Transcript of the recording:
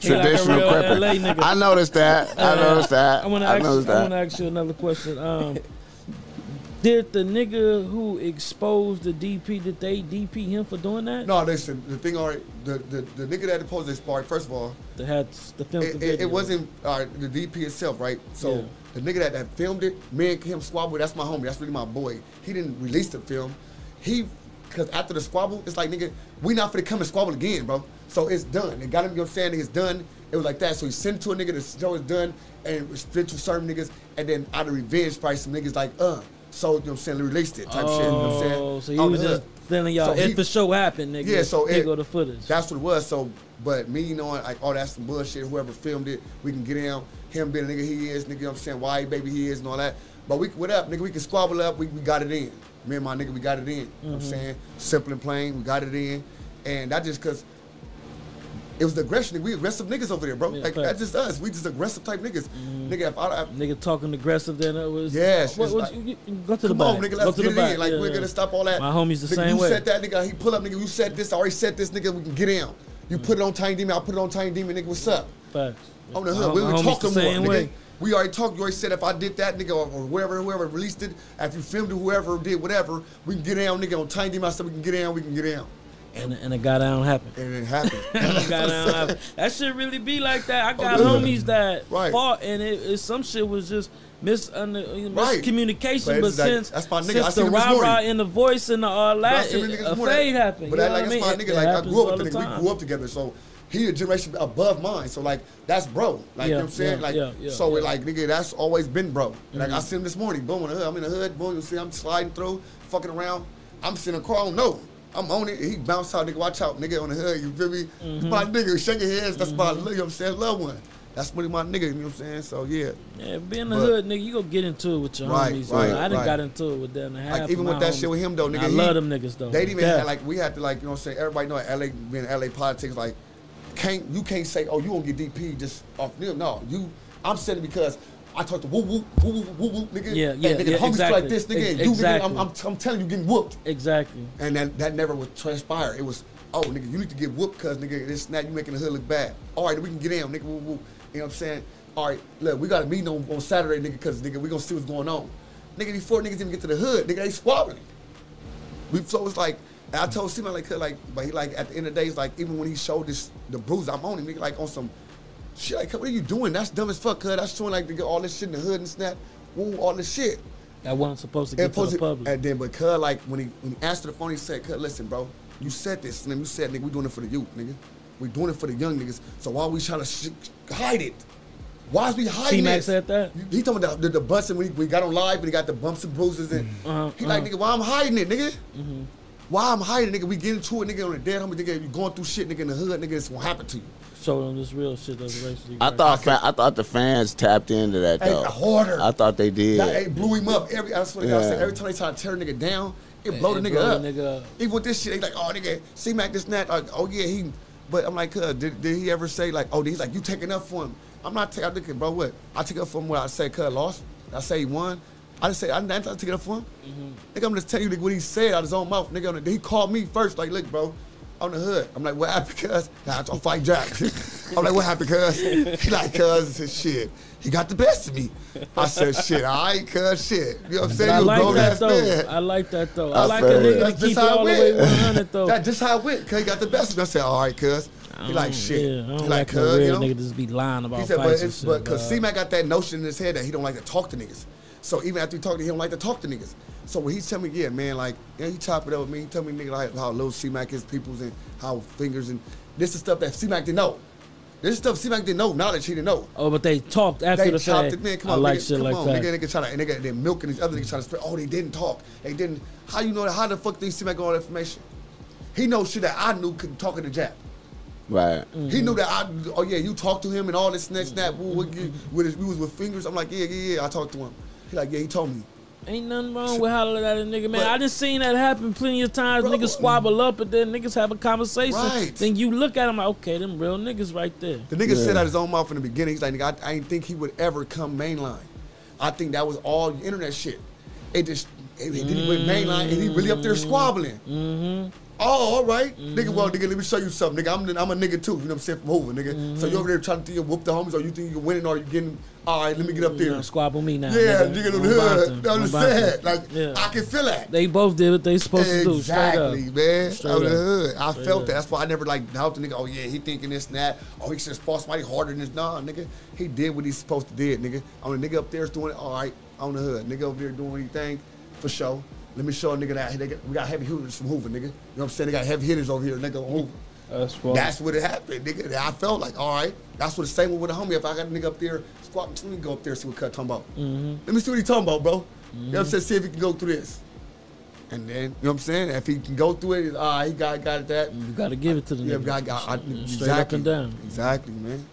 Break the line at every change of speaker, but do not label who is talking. traditional
real
crepper.
LA nigga.
I noticed that. I noticed that.
I want to
I
ask.
noticed
I want to
that.
ask you another question. Um, did the nigga who exposed the DP did they DP him for doing that?
No, listen. The thing, all right, the, the the nigga that deposed this part. First of all,
They had the film.
it, it, it wasn't uh, the DP itself, right? So
Yeah.
the nigga that, that filmed it, me and him squabble. That's my homie. That's really my boy. He didn't release the film. He, because after the squabble, it's like nigga, we not finna come and squabble again, bro. So it's done. It got him. You know what I'm saying? It's done. It was like that. So he sent it to a nigga. The show is done, and it was sent to certain niggas, and then out of revenge, fight some niggas like uh. So you know what I'm saying? Released it type shit. You know what I'm saying?
Oh, so he
Out
was
the
just
hood.
telling y'all
So
if
he-
the show happened, nigga.
Yeah, so
here
it-
go the footage.
That's what it was. So, but me knowing like, oh, that's some bullshit. Whoever filmed it, we can get him. Him being a nigga he is, nigga. You know what I'm saying why he baby he is and all that. But we what up, nigga? We can squabble up. We, we got it in. Me and my nigga, we got it in. You know what I'm
Mm-hmm.
saying simple and plain, we got it in. And that just cause it was the aggression. We aggressive niggas over there, bro.
Yeah, facts.
like
Mm-hmm.
that's just us. We just aggressive type niggas. Nigga, if I, if,
Nigga talking aggressive than it was.
Yes,
What,
it's
what,
like-
you, you- go to the
Come
back.
on, nigga,
go
let's
to
get
the
it
back.
in. Like
yeah.
we're gonna stop all that.
My homie's the
nigga,
same
you
way.
said that, nigga. He pull up, nigga. You said this. I already said this, nigga. We can get him. You put it on Tiny Demon. I put it on Tiny Demon, nigga. What's up?
Facts.
On the
My
hood,
hom-
we
my
were
homie's the
talking more,
same
nigga.
way.
We already talked. You already said if I did that, nigga, or, or whoever, whoever released it, if you filmed it, whoever did whatever, we can get down, nigga. On Tiny Demon, I said we can get down. We can get down,
And and it got down happened.
and it happened.
Got down live. That shit really be like that. I got
Oh, yeah.
homies that
Right.
fought, and it, it, some shit was just misunder,
Right.
miscommunication.
But
But,
it's like-
since,
that's my nigga. I
since
seen
the
him this
rah rah
morning.
and the voice and the all
But I
that,
see them
it,
niggas
a
more
fade
that-
happened.
But
you
I,
know
like,
what I
that's
mean?
my
It-
nigga.
it
like I
happens
grew up
all
with the
the
nigga.
time.
We grew up together, so he a generation above mine. So like that's bro. Like you know
Yeah,
what I'm saying?
yeah,
like
yeah, yeah,
so
yeah. Mm-hmm.
it like nigga, that's always been bro. Like I see him this morning, boom in the hood. I'm in the hood, boom. You see, I'm sliding through, fucking around. I'm sitting in a car. I don't know. I'm on it. He bounced out, nigga. Watch out, nigga, on the hood. You feel me?
Mm-hmm.
It's my nigga. Shake your hands. That's my, you know what I'm saying, loved one. That's really my nigga. You know what I'm saying? So yeah.
Yeah, being the
But-
hood, nigga, you gonna get into it with your
Right,
homies.
right,
man. I done
right.
got into it with them. And half
Like
of
even
my
with that
homies.
shit with him though,
And
nigga.
I
he-
love them niggas though.
They didn't even
Yeah.
have, like we had to like you know what I'm saying. Everybody know LA being LA politics like can't you can't say oh you won't get DP just off them. No, you I'm saying it because. I talked to woo woo woo woo woo woo nigga.
Yeah,
and
yeah,
nigga, the
yeah,
homies
exactly.
like this nigga.
Ex-
and you nigga,
exactly.
I'm, I'm, I'm telling you, getting whooped.
exactly.
And that, that never would transpire. It was, oh, nigga, you need to get whooped because, nigga, this snap, you making the hood look bad. All right, we can get him, nigga, woo, woo. You know what I'm saying? All right, look, we got a meeting on, on Saturday, nigga, because, nigga, we going to see what's going on. Nigga, before niggas even get to the hood, nigga, they squabbling. We, so it's like, and I told Seaman, like, 'cause, like, but he, like, at the end of the day, it's like, even when he showed this, the bruise I'm on him, nigga, like, on some shit, like, what are you doing? That's dumb as fuck, cuz. That's showing, like, nigga, all this shit in the hood and snap, woo, all this shit.
I wasn't supposed to
And,
get to the
posted-
public.
and then, but Cud, like when he when he answered the phone, he said, "Cud, listen, bro, you said this, and then you said, nigga, we doing it for the youth, nigga. We doing it for the young niggas. So why we trying to sh- hide it? Why is we hiding
T-Mac
this?
said that?
He talking about the, the bumps and we, we got on live and he got the bumps and bruises and
Uh-huh,
he like,
uh-huh. Mm-hmm.
nigga, why I'm hiding it, nigga? Why I'm hiding, it, nigga? We get into it, nigga, on the dead homie, nigga. You going through shit, nigga, in the hood, nigga. This gonna happen to you.
Show them this real shit that's racially.
I
correct.
thought fa- I thought the fans tapped into that
Hey,
though.
harder.
I thought they did.
That it blew him up. Every I swear to God, I said,
Yeah.
every time they try to tear a nigga down, it
It-
blow the
it
nigga,
blow
up.
the nigga up.
Even with this shit, they like, oh nigga, C Mac this and that. Like, oh yeah, he. But I'm like, uh, did, did he ever say like, oh, he's like, you taking up for him? I'm not taking. I look at bro, what? I take up for him. What I say, cuz lost. I say he won. I just say I didn't take it up for him. Nigga, I'm just telling you nigga, what he said out his own mouth. Nigga, on the, he called me first. Like, look, bro. On the hood, I'm like, what happened, cuz? Nah, I'm fight Jack. I'm like, what happened, cuz? He like, cuz, I said, shit. He got the best of me. I said, shit, all right, cuz, shit. You know what
But
I'm saying?
I
You a
like
grown
that
ass
though.
man.
I like that though. I,
I
like a
feel you.
nigga
That's
to keep
just
it
how
all
it
the way
went.
100 though.
That's just how it went. Cuz he got the best of me. I said, all right, cuz. He
I
like,
don't-
shit.
Yeah, I don't
he
like
like,
no
cuz, you
real
know?
nigga just be lying about
He said, but
fights and
it's,
shit.
but because
dog.
C-Mac got that notion in his head that he don't like to talk to niggas. So even after he talked to him, he don't like to talk to niggas. So when he tell me, yeah, man, like, yeah, he chop it up with me. He tell me, nigga, like, how little C-Mac is, peoples, and how fingers, and this is stuff that C-Mac didn't know. This is stuff C-Mac didn't know, knowledge he didn't know.
Oh, but they talked after
They
the
chopped
fact.
it, man. Come
I
on,
like
nigga,
shit
come
like
on,
that.
nigga. Nigga try to, and nigga, they're milking these other niggas trying to spread. Oh, they didn't talk. They didn't. How you know? How the fuck did C-Mac got all that information? He knows shit that I knew couldn't talk to Jack.
right.
He
Mm-hmm.
knew that I. Oh yeah, you talked to him and all this next that. We, we, we, we was with fingers. I'm like, yeah, yeah, yeah. I talked to him. He like, yeah, he told me.
Ain't nothing wrong with hollering at a nigga, man.
But-
I just seen that happen plenty of times.
Bro.
Niggas squabble up and then niggas have a conversation.
Right.
Then you look at them like, okay, them real niggas right there.
The nigga said out his own mouth in the beginning. He's like, nigga, I, I didn't think he would ever come mainline. I think that was all internet shit. It just, it, it didn't went mainline, and he really up there squabbling. Mm-hmm. Oh, all right. Nigga,
Mm-hmm.
well, nigga, let me show you something. Nigga, I'm, I'm a nigga too. You know what I'm saying? From Hoover, nigga.
Mm-hmm.
So you over there trying to think you whoop the homies or you think you're winning or you getting, all right, let me get up
You
there.
know, squabble me now.
yeah,
nigga.
nigga, in
I'm
the
about to-
hood.
I'm
I'm
about to.
sad. Like,
Yeah.
I can feel that.
They both did what they supposed to do. Straight up.
Exactly, man.
Straight
Out of
up.
the hood. I
Straight
felt
up.
that. That's why I never like doubted the nigga. Oh yeah, he thinking this and that. Oh, he should have fought somebody harder than this. Nah, nigga. He did what he's supposed to did, nigga. On the nigga up there is doing it all right. On the hood, nigga over there doing anything for sure. Let me show a nigga that hey, nigga, we got heavy hitters from Hoover, nigga. You know what I'm saying? They got heavy hitters over here, nigga. on Hoover.
That's what.
That's what it happened, nigga. I felt like, all right, that's what the same with a homie. If I got a nigga up there, squat, let me go up there and see what cut talking about.
Mm-hmm.
Let me see what he talking about, bro. You know what I'm saying? See if he can go through this. And then, you know what I'm saying? If he can go through it, ah, he got got that.
you gotta give it to the
Yeah,
nigga.
I got I,
Mm-hmm. Straight
exactly,
up and down.
Exactly, man.